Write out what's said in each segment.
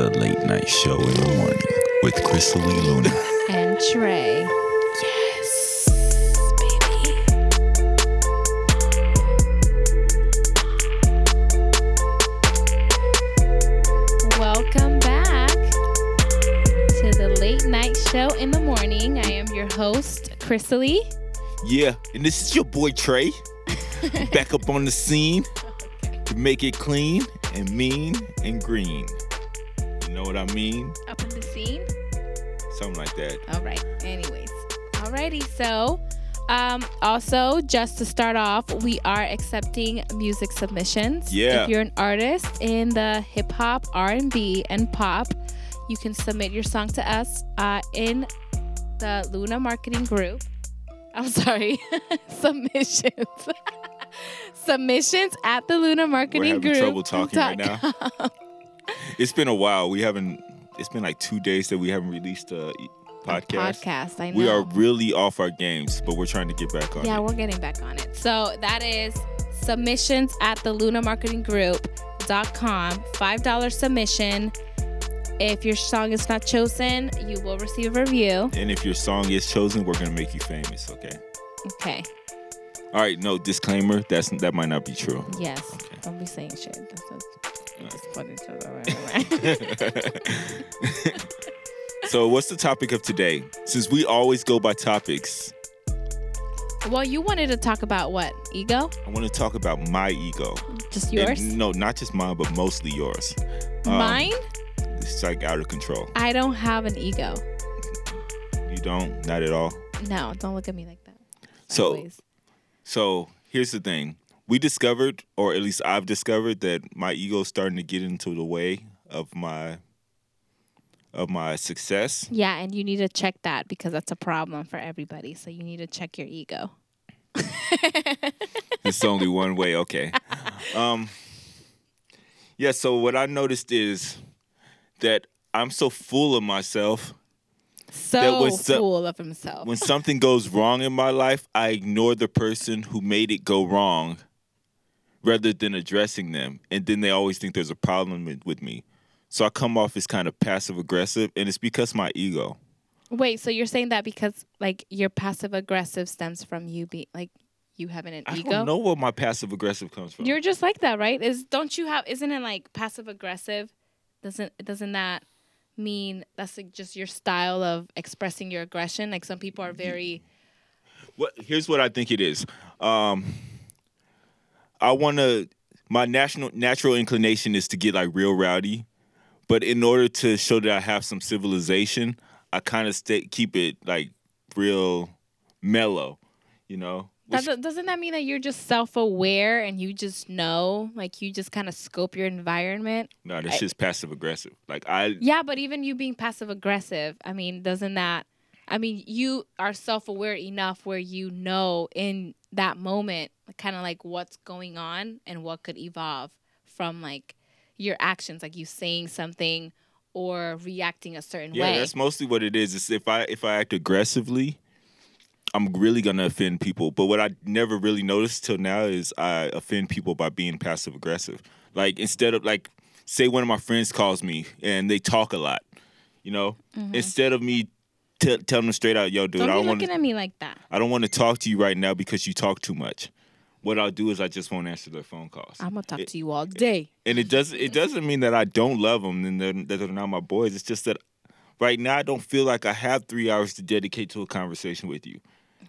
Midnight Show in the Morning with Crystal Lee Luna. and Trey. Welcome back to the late night show in the morning. I am your host, Crystal Lee. Yeah, and this is your boy Trey. Back up on the scene to make it clean and mean and green. You know what I mean? Up in the scene. Something like that. All right. Anyways. Alrighty. So, um, also just to start off, we are accepting music submissions. Yeah. If you're an artist in the hip hop, R and B, and pop, you can submit your song to us uh, in the Luna Marketing Group. I'm sorry, submissions. submissions at the Luna Marketing having Group. trouble talking right now. It's been a while. We haven't. It's been like two days that we haven't released a e- podcast. Podcast. I know. We are really off our games, but we're trying to get back on. Yeah, it. we're getting back on it. So that is submissions at the Luna Marketing Group.com. $5 submission. If your song is not chosen, you will receive a review. And if your song is chosen, we're gonna make you famous. Okay. Okay. All right. No disclaimer. That's that might not be true. Yes. Okay. Don't be saying shit. That's not- you just put it to the so, what's the topic of today? Since we always go by topics, well, you wanted to talk about what? Ego? I want to talk about my ego. Just And yours? no, not just mine, but mostly yours. Um, Mine? It's like out of control. I don't have an ego. You don't? Not at all. No, don't look at me like that. So, Always. so here's the thing. We discovered, or at least I've discovered, that my ego's starting to get into the way of my of my success. Yeah, and you need to check that because that's a problem for everybody. So you need to check your ego. it's only one way. Okay. Um, yeah. So what I noticed is that I'm so full of myself. so was so- full of himself. When something goes wrong in my life, I ignore the person who made it go wrong, rather than addressing them. And then they always think there's a problem with- with me. So I come off as kind of passive aggressive, and it's because my ego. Wait, so you're saying that because like your passive aggressive stems from you being like you having an I ego? don't know where my passive aggressive comes from. You're just like that, right? Is don't you have isn't it like passive aggressive? Doesn't doesn't that mean that's like just your style of expressing your aggression? Like some people are very What here's what I think it is. Um, I want to. My national natural inclination is to get like real rowdy, but in order to show that I have some civilization, I kind of stay keep it like real mellow, you know. that, Which- do- doesn't that mean that you're just self-aware and you just know, like you just kind of scope your environment? no, that's just passive aggressive. Like I, Yeah, but even you being passive aggressive, I mean, doesn't that? I mean, you are self aware enough where you know in that moment, kind of like what's going on and what could evolve from like your actions, like you saying something or reacting a certain yeah, way. that's mostly what it is. It's if I if I act aggressively, I'm really gonna offend people. But what I never really noticed till now is I offend people by being passive aggressive. Like instead of like say one of my friends calls me and they talk a lot, you know, instead of me t- telling them straight out, yo, dude, Mm-hmm. Don't I be don't want looking to at me like that. I don't want to talk to you right now because you talk too much. What I'll do is I just won't answer their phone calls. I'm gonna talk to you all day. and it doesn't it doesn't mean that I don't love them and they're, that they're not my boys. It's just that right now I don't feel like I have three hours to dedicate to a conversation with you.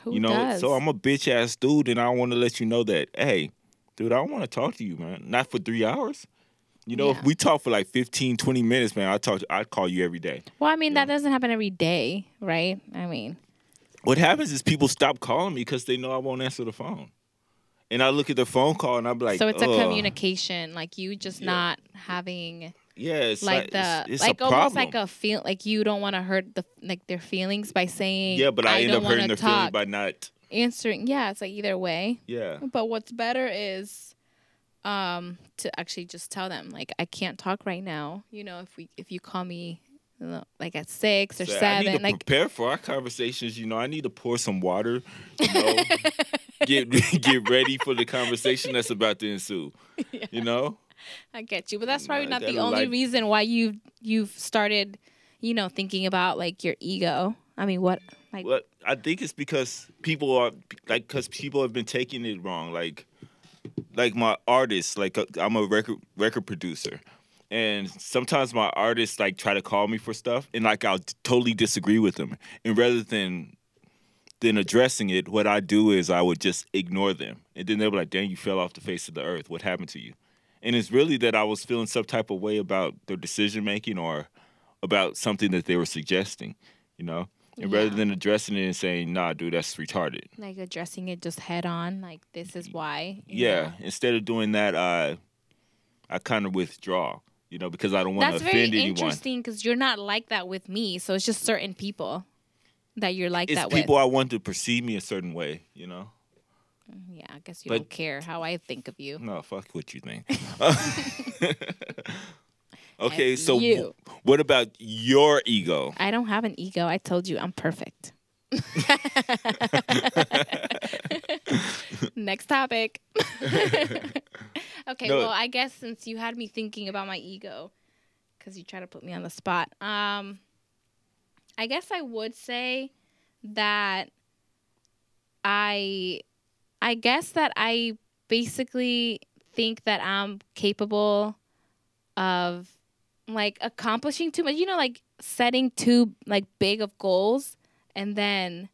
Who you know, does? so I'm a bitch ass dude, and I want to let you know that hey, dude, I don't want to talk to you, man. Not for three hours. You know, Yeah. if we talk for like 15, 20 minutes, man, I talk. I call you every day. well, I mean, that doesn't happen every day, right? I mean, What happens is people stop calling me because they know I won't answer the phone, and I look at the phone call and I'm like, so it's a "Ugh." communication, like you just Yeah. not having. Yeah, it's like the it's, it's like a almost problem. like a feel like you don't want to hurt the like their feelings by saying yeah, but I, end up don't hurting wanna their feelings talk." by not. answering yeah it's like either way Yeah. but what's better is um to actually just tell them like I can't talk right now you know if we if you call me you know, like at six or So I need seven to like prepare for our conversations. You know, I need to pour some water. You know, get get ready for the conversation that's about to ensue. You know, I get you, but that's probably Nah, not the that'll only like- reason why you you've started, you know, thinking about like your ego. I mean, what like Well, I think it's because people are like because people have been taking it wrong. Like, like my artists, like uh, I'm a record record producer, and sometimes my artists like try to call me for stuff, and like I'll t- totally disagree with them. And rather than than addressing it, what I do is I would just ignore them, and then they'll be like, "Dang, you fell off the face of the earth. What happened to you?" And it's really that I was feeling some type of way about their decision making or about something that they were suggesting, you know. And rather Yeah. than addressing it and saying, "Nah, dude, that's retarded," like addressing it just head on, like this is why. you yeah. know? Instead of doing that, I I kind of withdraw, you know, because I don't want to That's offend very anyone. interesting because you're not like that with me. So it's just certain people that you're like It's that people I want to perceive me a certain way, you know. with. Yeah, I guess you Like- don't care how I think of you. No, fuck what you think. okay, F so you. wh- what about your ego? I don't have an ego. I told you I'm perfect. Next topic. okay, No. well, I guess since you had me thinking about my ego, because you try to put me on the spot, um, I guess I would say that I, I guess that I basically think that I'm capable of like accomplishing too much you know like setting too like big of goals and then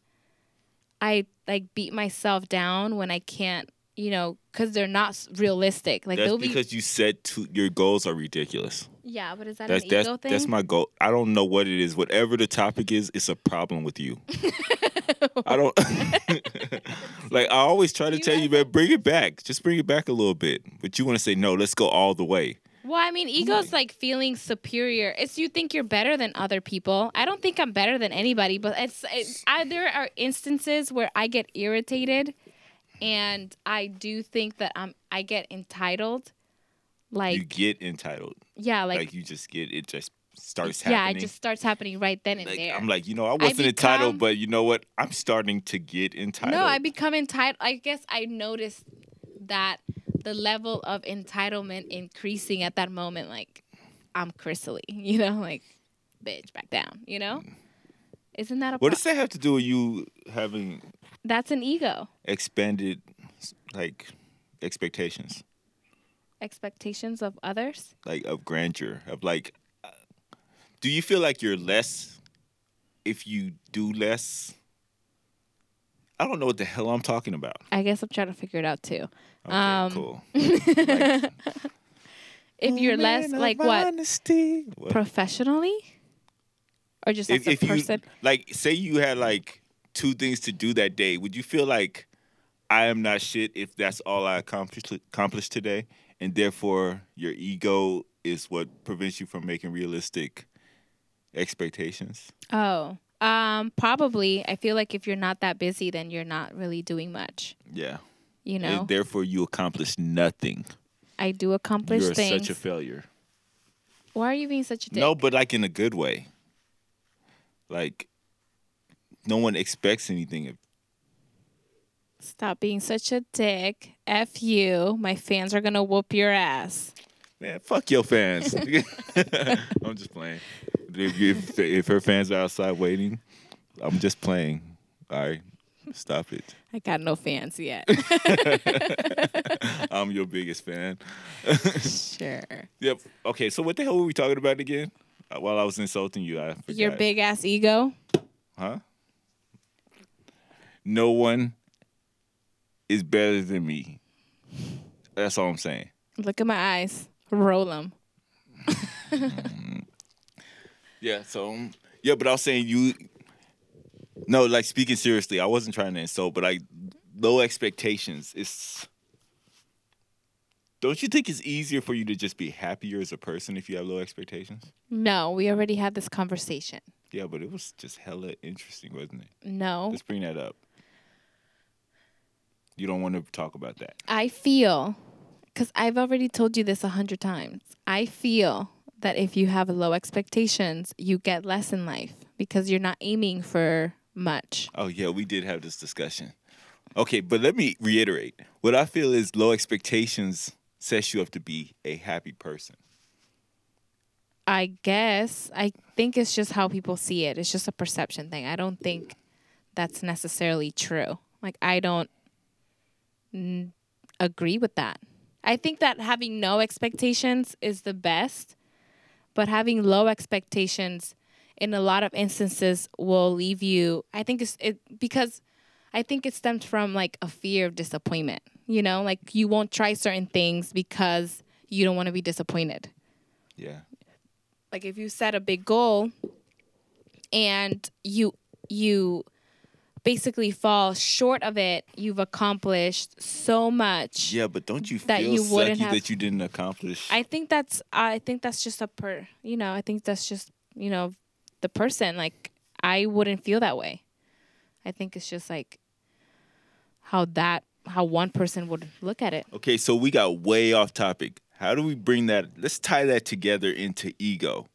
i like beat myself down when i can't you know because they're not s- realistic like that's they'll be because you said to, your goals are ridiculous. yeah but is that That's an that's ego thing that's my goal. I don't know what it is. Whatever the topic is, it's a problem with you. I don't like. I always try to You tell you, man, bring it back. Just bring it back a little bit. But you want to say no. Let's go all the way. well i mean ego's like feeling superior it's you think you're better than other people i don't think i'm better than anybody but it's it, I, there are instances where i get irritated and i do think that i'm i get entitled like you get entitled. Yeah, Like, like, you just get it. Just starts yeah, happening. it just starts happening right then and Like, there. I'm like, you know, I wasn't become- entitled, but you know what? I'm starting to get entitled. no, I become entitled. I guess I noticed that the level of entitlement increasing at that moment. Like I'm Chrisley, you know, like bitch, back down, you know. Isn't that a Mm. what pro- does that have to do with you having that's an ego expanded like expectations? expectations of others? like of grandeur of like uh, do you feel like you're less if you do less i don't know what the hell i'm talking about I guess I'm trying to figure it out too. okay Um, cool If you're less like what what professionally, or just if, as a if you person, like say you had like two things to do that day would you feel like i am not shit if that's all i accomplished accomplished today and therefore your ego is what prevents you from making realistic expectations Oh, um, probably. I feel like if you're not that busy, then you're not really doing much. yeah You know, and therefore you accomplish nothing. I do accomplish You're things. such a failure. Why are you being such a dick? No, but like in a good way. Like no one expects anything. of- Stop being such a dick. F you. My fans are gonna whoop your ass. Man, fuck your fans. I'm just playing. If, if, if her fans are outside waiting, I'm just playing. All right, stop it. I got no fans yet. I'm your biggest fan. sure. Yep. Okay, so what the hell were we talking about again? Uh, While I was insulting you, I forgot. Your big ass ego. Huh? No one is better than me. That's all I'm saying. Look at my eyes. Roll them. Yeah, so um, yeah, but I was saying you No, like speaking seriously, I wasn't trying to insult, but like low expectations. It's Don't you think it's easier for you to just be happier as a person if you have low expectations? No, we already had this conversation. Yeah, but it was just hella interesting, wasn't it? No, Let's bring that up. You don't want to talk about that. I feel, because I've already told you this a hundred times, I feel that if you have low expectations, you get less in life because you're not aiming for much. Oh yeah, we did have this discussion. Okay, but let me reiterate. What I feel is low expectations sets you up to be a happy person. I guess I think it's just how people see it. It's just a perception thing. I don't think that's necessarily true. Like I don't n- agree with that. I think that having no expectations is the best, but having low expectations in a lot of instances will leave you. I think it's it because I think it stems from like a fear of disappointment. You know, like you won't try certain things because you don't want to be disappointed Yeah. like if you set a big goal and you you basically fall short of it you've accomplished so much Yeah, but don't you feel That you sucky wouldn't have- that you didn't accomplish? i think that's i think that's just a per you know i think that's just you know the person like i wouldn't feel that way i think it's just like how that how one person would look at it okay, so we got way off topic. How do we bring that? Let's tie that together into ego.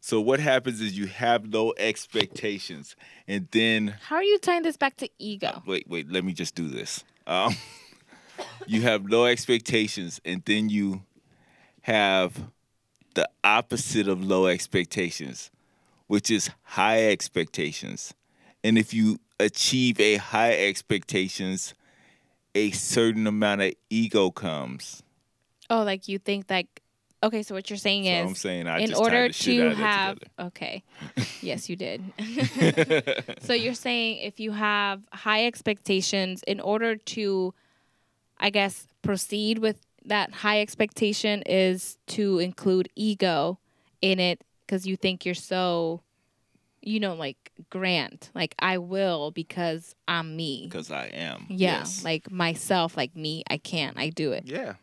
So what happens is you have low expectations, and then how are you tying this back to ego wait, wait, let me just do this. Um, you have low expectations, and then you have the opposite of low expectations, which is high expectations. And if you achieve a high expectations, a certain amount of ego comes. oh like you think like okay so what you're saying So is I'm saying I in just order tied the shit to out of that have okay yes you did together. so you're saying if you have high expectations in order to i guess proceed with that high expectation is to include ego in it because you think you're so you know like grand like i will because i'm me because I am. yeah Yes. like myself like me i can't i do it yeah.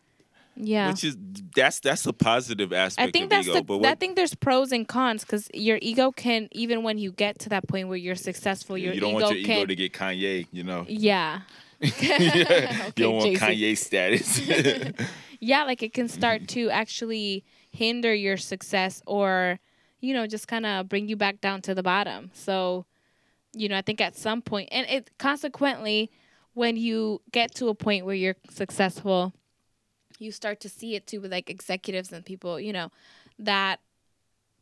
yeah Which is that's that's a positive aspect I think of that's ego. the. but what, I think there's pros and cons because your ego can even when you get to that point where you're successful, Yeah, your you don't ego want your can. ego to get Kanye, you know. yeah. you don't want Jay-Z. Kanye status. Yeah, like it can start to actually hinder your success or, you know, just kind of bring you back down to the bottom. So, you know, I think at some point, and it consequently, when you get to a point where you're successful, you start to see it too with like executives and people, you know, that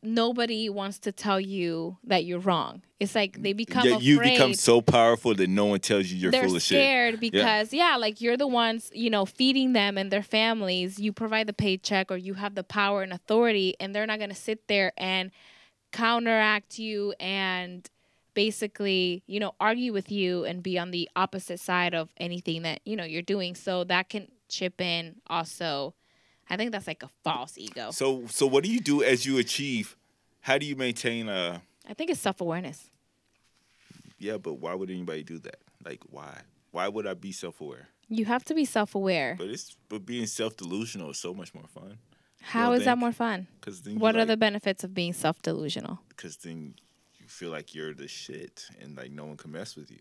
nobody wants to tell you that you're wrong. It's like they become Yeah, afraid you become so powerful that no one tells you you're they're full of shit. scared because yeah. like you're the ones you know feeding them and their families you provide the paycheck or you have the power and authority and they're not going to sit there and counteract you and basically you know argue with you and be on the opposite side of anything that you know you're doing so that can chip in also i think that's like a false ego So so what do you do as you achieve? How do you maintain a i think it's self-awareness yeah, but why would anybody do that? Like why? Why would I be self aware? you have to be self-aware But it's but being self delusional is so much more fun. how don't is that think- more fun Cause then you what are the like- benefits of being self-delusional cause then you feel like you're the shit and like no one can mess with you.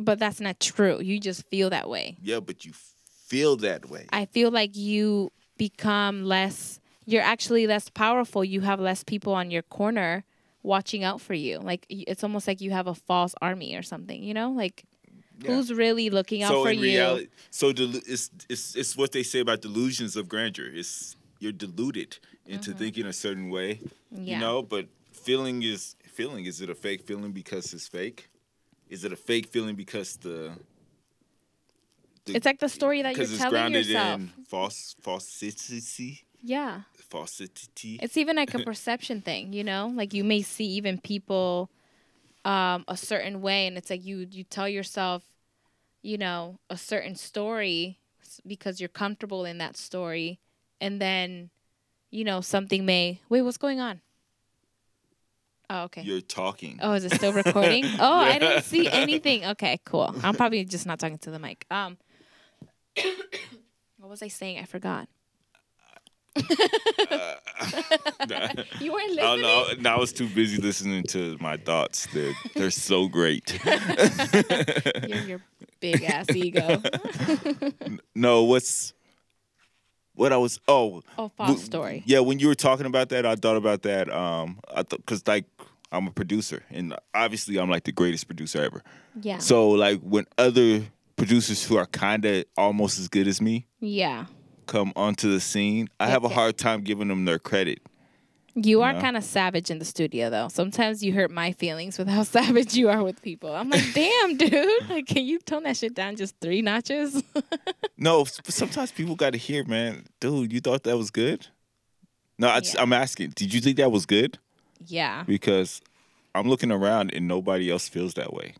But that's not true. You just feel that way. Yeah, but you feel that way. I feel like you become less, you're actually less powerful. You have less people on your corner watching out for you. Like, y- it's almost like you have a false army or something, you know? Like, Yeah. who's really looking out for in you? reality, so delu- it's it's it's what they say about delusions of grandeur. It's you're deluded into thinking a certain way, Mm-hmm. yeah. you know. But feeling is feeling. Is it a fake feeling because it's fake? Is it a fake feeling because the It's like the story that you're because it's telling grounded yourself. in false falsity Yeah. falsity? It's even like a perception thing, you know? Like, you may see even people um, a certain way, and it's like you, you tell yourself, you know a certain story s- because you're comfortable in that story and then you know something may wait what's going on oh okay You're talking. oh is it still recording oh i Yeah. didn't see anything okay cool i'm probably just not talking to the mic um what was i saying i forgot you weren't Oh listening no! no, I was too busy listening to my thoughts. They're they're so great. You're your big ass ego No, what's what I was? Oh, oh w- false story Yeah, when you were talking about that, I thought about that. Um, I thought because like I'm a producer, and obviously I'm like the greatest producer ever. yeah So like when other producers who are kind of almost as good as me, yeah come onto the scene, I have a hard time giving them their credit. You are know? kind of savage in the studio, though. Sometimes you hurt my feelings with how savage you are with people. I'm like, damn, dude, like, can you tone that shit down just three notches? No, s- sometimes people got to hear, man, dude, you thought that was good? No, I just, Yeah. I'm asking, did you think that was good? yeah, Because I'm looking around and nobody else feels that way.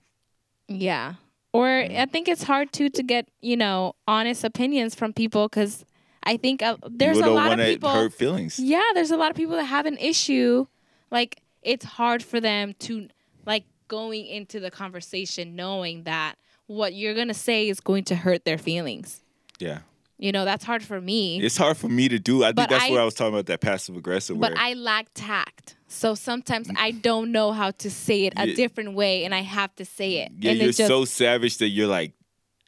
yeah. Or I think it's hard too to get you know honest opinions from people because I think uh, there's people don't a lot of wanna people. hurt feelings. Yeah, there's a lot of people that have an issue. Like it's hard for them to like going into the conversation knowing that what you're gonna say is going to hurt their feelings. Yeah. You know, that's hard for me. It's hard for me to do. I But think that's I- what I was talking about, that passive aggressive. but where- I lack tact. So sometimes I don't know how to say it a Mm. Yeah. different way and I have to say it. yeah, and it you're just- so savage that you're like,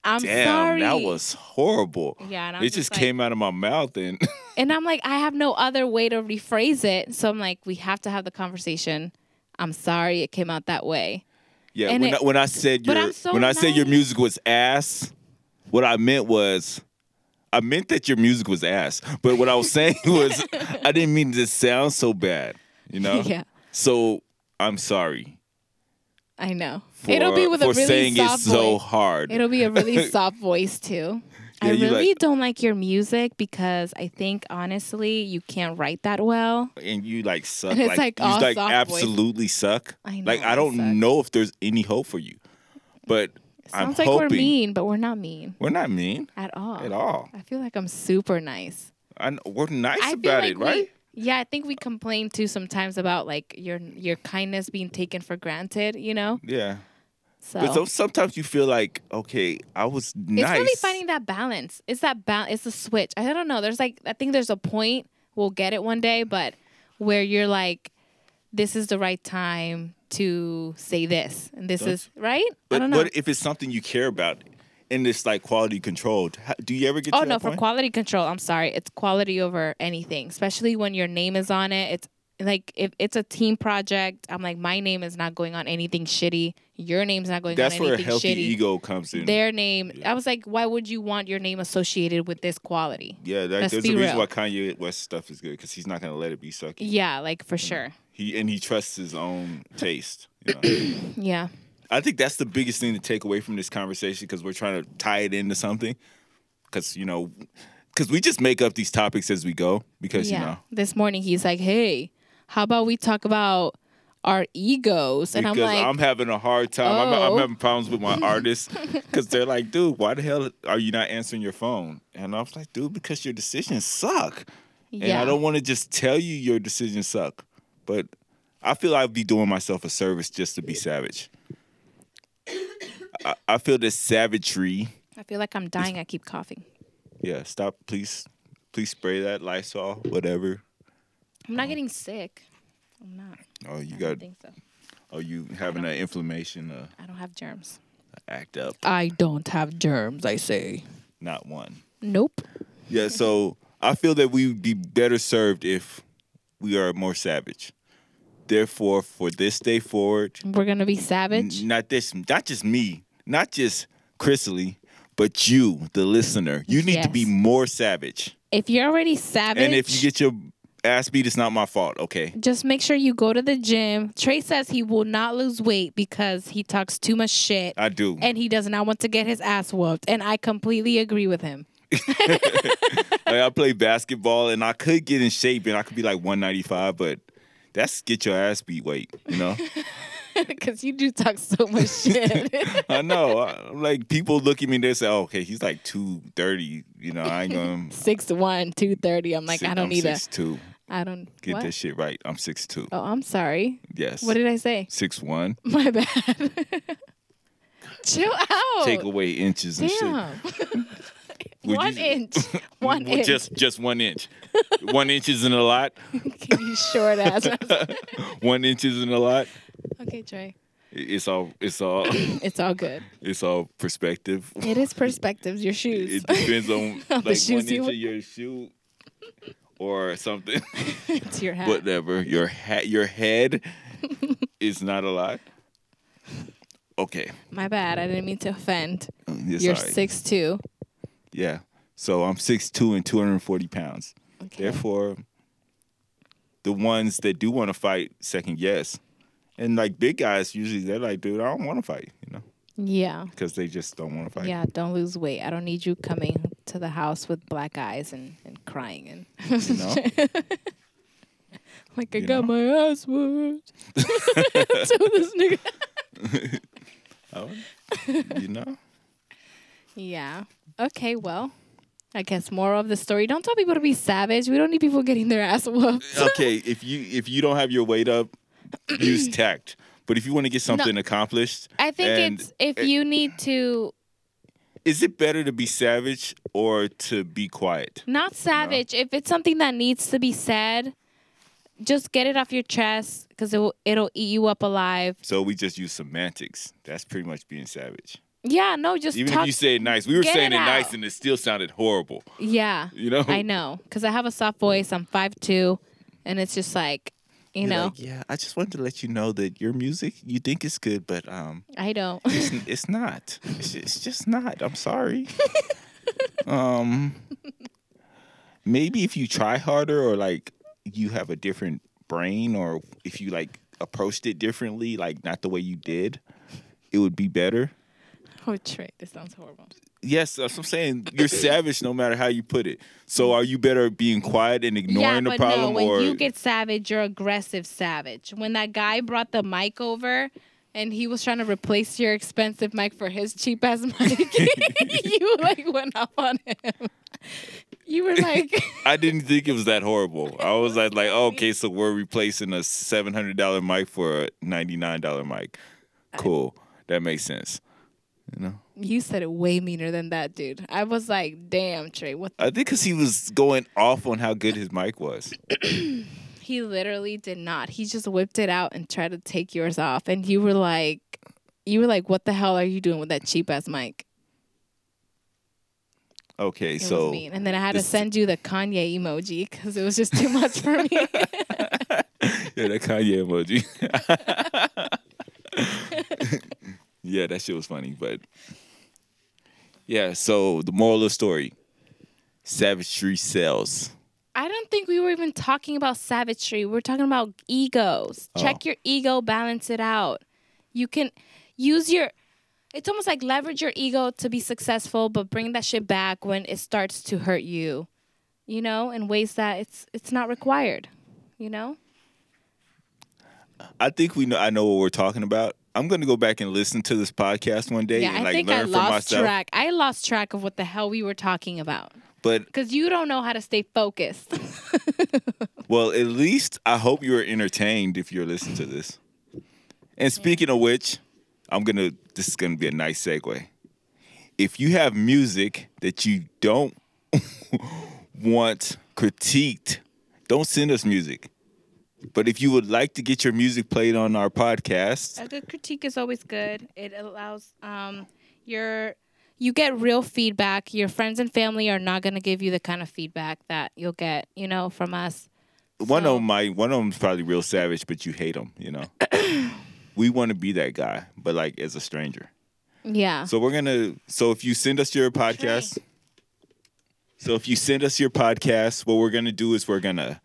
I'm damn, sorry. that was horrible. yeah, and I'm it just like- came out of my mouth and And I'm like, I have no other way to rephrase it. So I'm like, we have to have the conversation. I'm sorry it came out that way. Yeah, And when, it- I, when I said but your I'm so when I said your nice. music was ass, what I meant was I meant that your music was ass. But what I was saying was I didn't mean to sound so bad, you know? yeah. So I'm sorry. I know. For, It'll be with a for really saying soft it so voice. hard. It'll be a really soft voice too. I Yeah, you really like- don't like your music because I think honestly you can't write that well. and you like suck. It's like, like you all like soft voice. absolutely suck. I Like know, I I don't suck. know if there's any hope for you. But I'm Sounds like hoping we're mean, but we're not mean We're not mean at all. at all. I feel like I'm super nice. I, kn- we're nice I feel about like it, right? We, yeah, I think we complain too sometimes about like your your kindness being taken for granted, you know? Yeah. So, But so, sometimes you feel like, okay, I was nice. it's really finding that balance. It's that balance. It's a switch. I don't know. There's like I think there's a point we'll get it one day, but where you're like, this is the right time to say this, and this is right. But I don't know. what if it's something you care about and it's like quality controlled? How, do you ever get oh to that no, for point? quality control, I'm sorry. It's quality over anything, especially when your name is on it. It's like if it's a team project, I'm like my name is not going on anything shitty. Your name's not going That's on where a anything healthy shitty. ego comes in. Their name. I was like, why would you want your name associated with this quality? yeah, that, Let's there's be a reason real. why Kanye West stuff is good because he's not gonna let it be sucky. Yeah, like for sure. He and he trusts his own taste. you know? Yeah. I think that's the biggest thing to take away from this conversation because we're trying to tie it into something. Because you know, because we just make up these topics as we go. Because yeah. you know, This morning he's like, "Hey, how about we talk about our egos?" And because I'm like, having a hard time. I'm, Oh. I'm having problems with my artists because they're like, dude, why the hell are you not answering your phone? And I was like, dude, because your decisions suck. "Yeah, And I don't want to just tell you your decisions suck. But I feel I'd be doing myself a service just to be savage. I, I feel this savagery. I feel like I'm dying. I keep coughing. Yeah, stop, please. Please spray that Lysol, whatever. I'm not getting sick. I'm not. Oh, you I got. don't think so. Oh, you having an inflammation uh, I don't have germs. act up? I don't have germs. I say. Not one. Nope. Yeah, so I feel that we would be better served if we are more savage. Therefore, for this day forward, We're gonna be n- savage. not this, not just me, not just Chrisley, but you, the listener, you need to be Yes. more savage. If you're already savage, And if you get your ass beat, it's not my fault. Okay, just make sure you go to the gym. Trey says he will not lose weight because he talks too much shit. I do. and he does not want to get his ass whooped. And I completely agree with him. Like, I play basketball, and I could get in shape, and I could be like 195, but that's get your ass beat weight. You know. Because you do talk so much shit. I know. I- Like people look at me and they say, oh, "Okay, he's like two thirty. You know, I ain't gonna. Six to one, two thirty. I'm like, I don't am need a. six two. I don't. Get what? this shit right. I'm six two. Oh, I'm sorry. Yes. What did I say? six one? My bad. Chill out. Take away inches and shit. Oh. Damn. Would one you- inch. One Well, inch. Just just one inch. one inch isn't a lot. you short ass. One inch isn't a lot. okay, Trey. I- It's all it's all It's all good. it's all perspective. It is perspectives. Your shoes. It depends on like one shoes inch you of wear. your shoe or something. it's your hat. whatever your hat your head is not a lot okay My bad. I didn't mean to offend. Mm, it's You're all right. six two. yeah So I'm 6'2 and 240 pounds. Okay. Therefore, the ones that do want to fight, second yes. And like big guys, usually they're like, dude, I don't want to fight, you know, yeah. because they just don't want to fight. Yeah. Don't lose weight. I don't need you coming to the house with black eyes and, and crying and know? like I You got my ass whooped. so this nigga. Oh, you know? Yeah. Okay. Well, I guess moral of the story: don't tell people to be savage. We don't need people getting their ass whooped. okay, if you if you don't have your weight up, use tact. But if you want to get something accomplished, I think And it's if you need to is it better to be savage or to be quiet? not savage. If it's something that needs to be said, just get it off your chest because it will, it'll eat you up alive. So we just use semantics. That's pretty much being savage. Yeah. No. Just Even talk. if you say it nice, we were Get saying it it nice out. and it still sounded horrible. yeah. You know? I know because I have a soft voice. I'm five two, and it's just like you You're know like, yeah, I just wanted to let you know that your music, you think it's good, but um, I don't. it's, it's not. It's, it's just not. I'm sorry. um, maybe if you try harder or like you have a different brain or if you like approached it differently, like not the way you did, it would be better. oh, trick. This sounds horrible. Yes, that's what I'm saying. You're savage no matter how you put it. So are you better at being quiet and ignoring yeah, the but problem no, when or you get savage, you're aggressive savage. When that guy brought the mic over and he was trying to replace your expensive mic for his cheap ass mic, you like went off on him. You were like, I didn't think it was that horrible. I was like, like, oh, okay, so we're replacing a seven hundred dollar mic for a ninety nine dollar mic. Cool, that makes sense. You know, you said it way meaner than that, dude. I was like, damn, Trey, what? I think because he was going off on how good his mic was. He literally did not. He just whipped it out and tried to take yours off, and you were like, you were like, what the hell are you doing with that cheap ass mic? Okay, It so was mean. And then I had this- to send you the Kanye emoji because it was just too much for me. yeah, that Kanye emoji. yeah, that shit was funny, but yeah. So the moral of the story: savagery sells. I don't think we were even talking about savagery. We are talking about egos. Oh. Check your ego, balance it out. You can use your. It's almost like leverage your ego to be successful, but bring that shit back when it starts to hurt you. You know, in ways that it's it's not required. You know. I think we know. I know what we're talking about. I'm gonna go back and listen to this podcast one day Yeah, and I like think learn I for lost myself. track. I lost track of what the hell we were talking about But because you don't know how to stay focused. well, at least I hope you are entertained if you're listening to this. And speaking of which, I'm gonna. This is gonna be a nice segue. If you have music that you don't want critiqued, don't send us music. But if you would like to get your music played on our podcast, A good Uh, critique is always good. It allows um, your you get real feedback. Your friends and family are not going to give you the kind of feedback that you'll get, you know, from us. One of So- 'em might. One of them's probably real savage, but you hate him. You know. we want to be that guy, but like as a stranger. Yeah. So we're gonna. So if you send us your podcast. So if you send us your podcast, what we're gonna do is we're gonna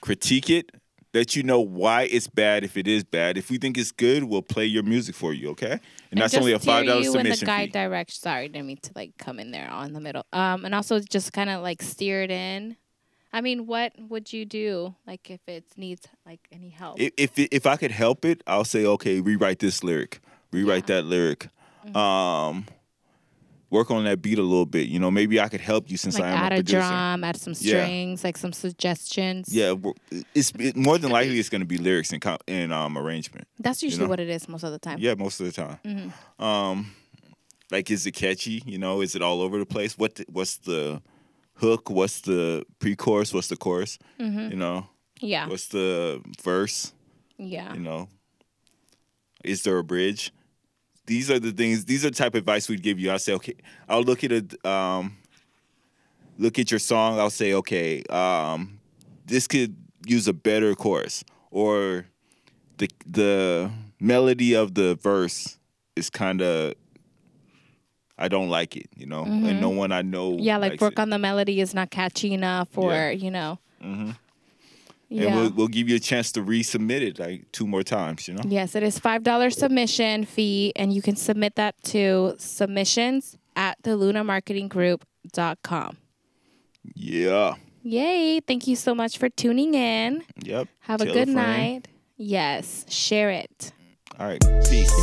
critique it, let you know why it's bad if it is bad. If we think it's good, we'll play your music for you, okay? And, that's only a five dollars dollars you and the submission guy fee. directs. Sorry, didn't mean to like come in there on the middle. Um, and also just kind of like steer it in. I mean, what would you do like if it needs like any help? If if, it- if I could help it, I'll say okay, rewrite this lyric, rewrite that lyric. Mm-hmm. Um, work on that beat a little bit. You know, maybe I could help you since like I am add a a, producer. drum, add some Yeah. strings, like some suggestions. Yeah, w- it's it, more than likely it's going to be lyrics and com- and um arrangement. That's usually know? what it is most of the time. Yeah, most of the time. Mm-hmm. Um, like is it catchy? You know, is it all over the place? What the, what's the hook? What's the pre-chorus? What's the chorus? You know, Mm-hmm. Yeah. what's the verse? Yeah. You know, is there a bridge? These are the things. These are the type of advice we'd give you. I'll say, okay, I'll look at a um, look at your song. I'll say, okay, um, this could use a better chorus, or the the melody of the verse is kind of. I don't like it, you know, Mhm. and no one I know. Yeah, like likes work it. on the melody is not catchy enough, or Yeah. you know. hmm And Yeah. we'll, we'll give you a chance to resubmit it like two more times, you know. Yes, it is five dollar submission fee, and you can submit that to submissions at thelunamarketinggroup.com. Yeah. Yay! Thank you so much for tuning in. Yep. Have Tell a a good friend. night. Yes, share it. All right. Peace.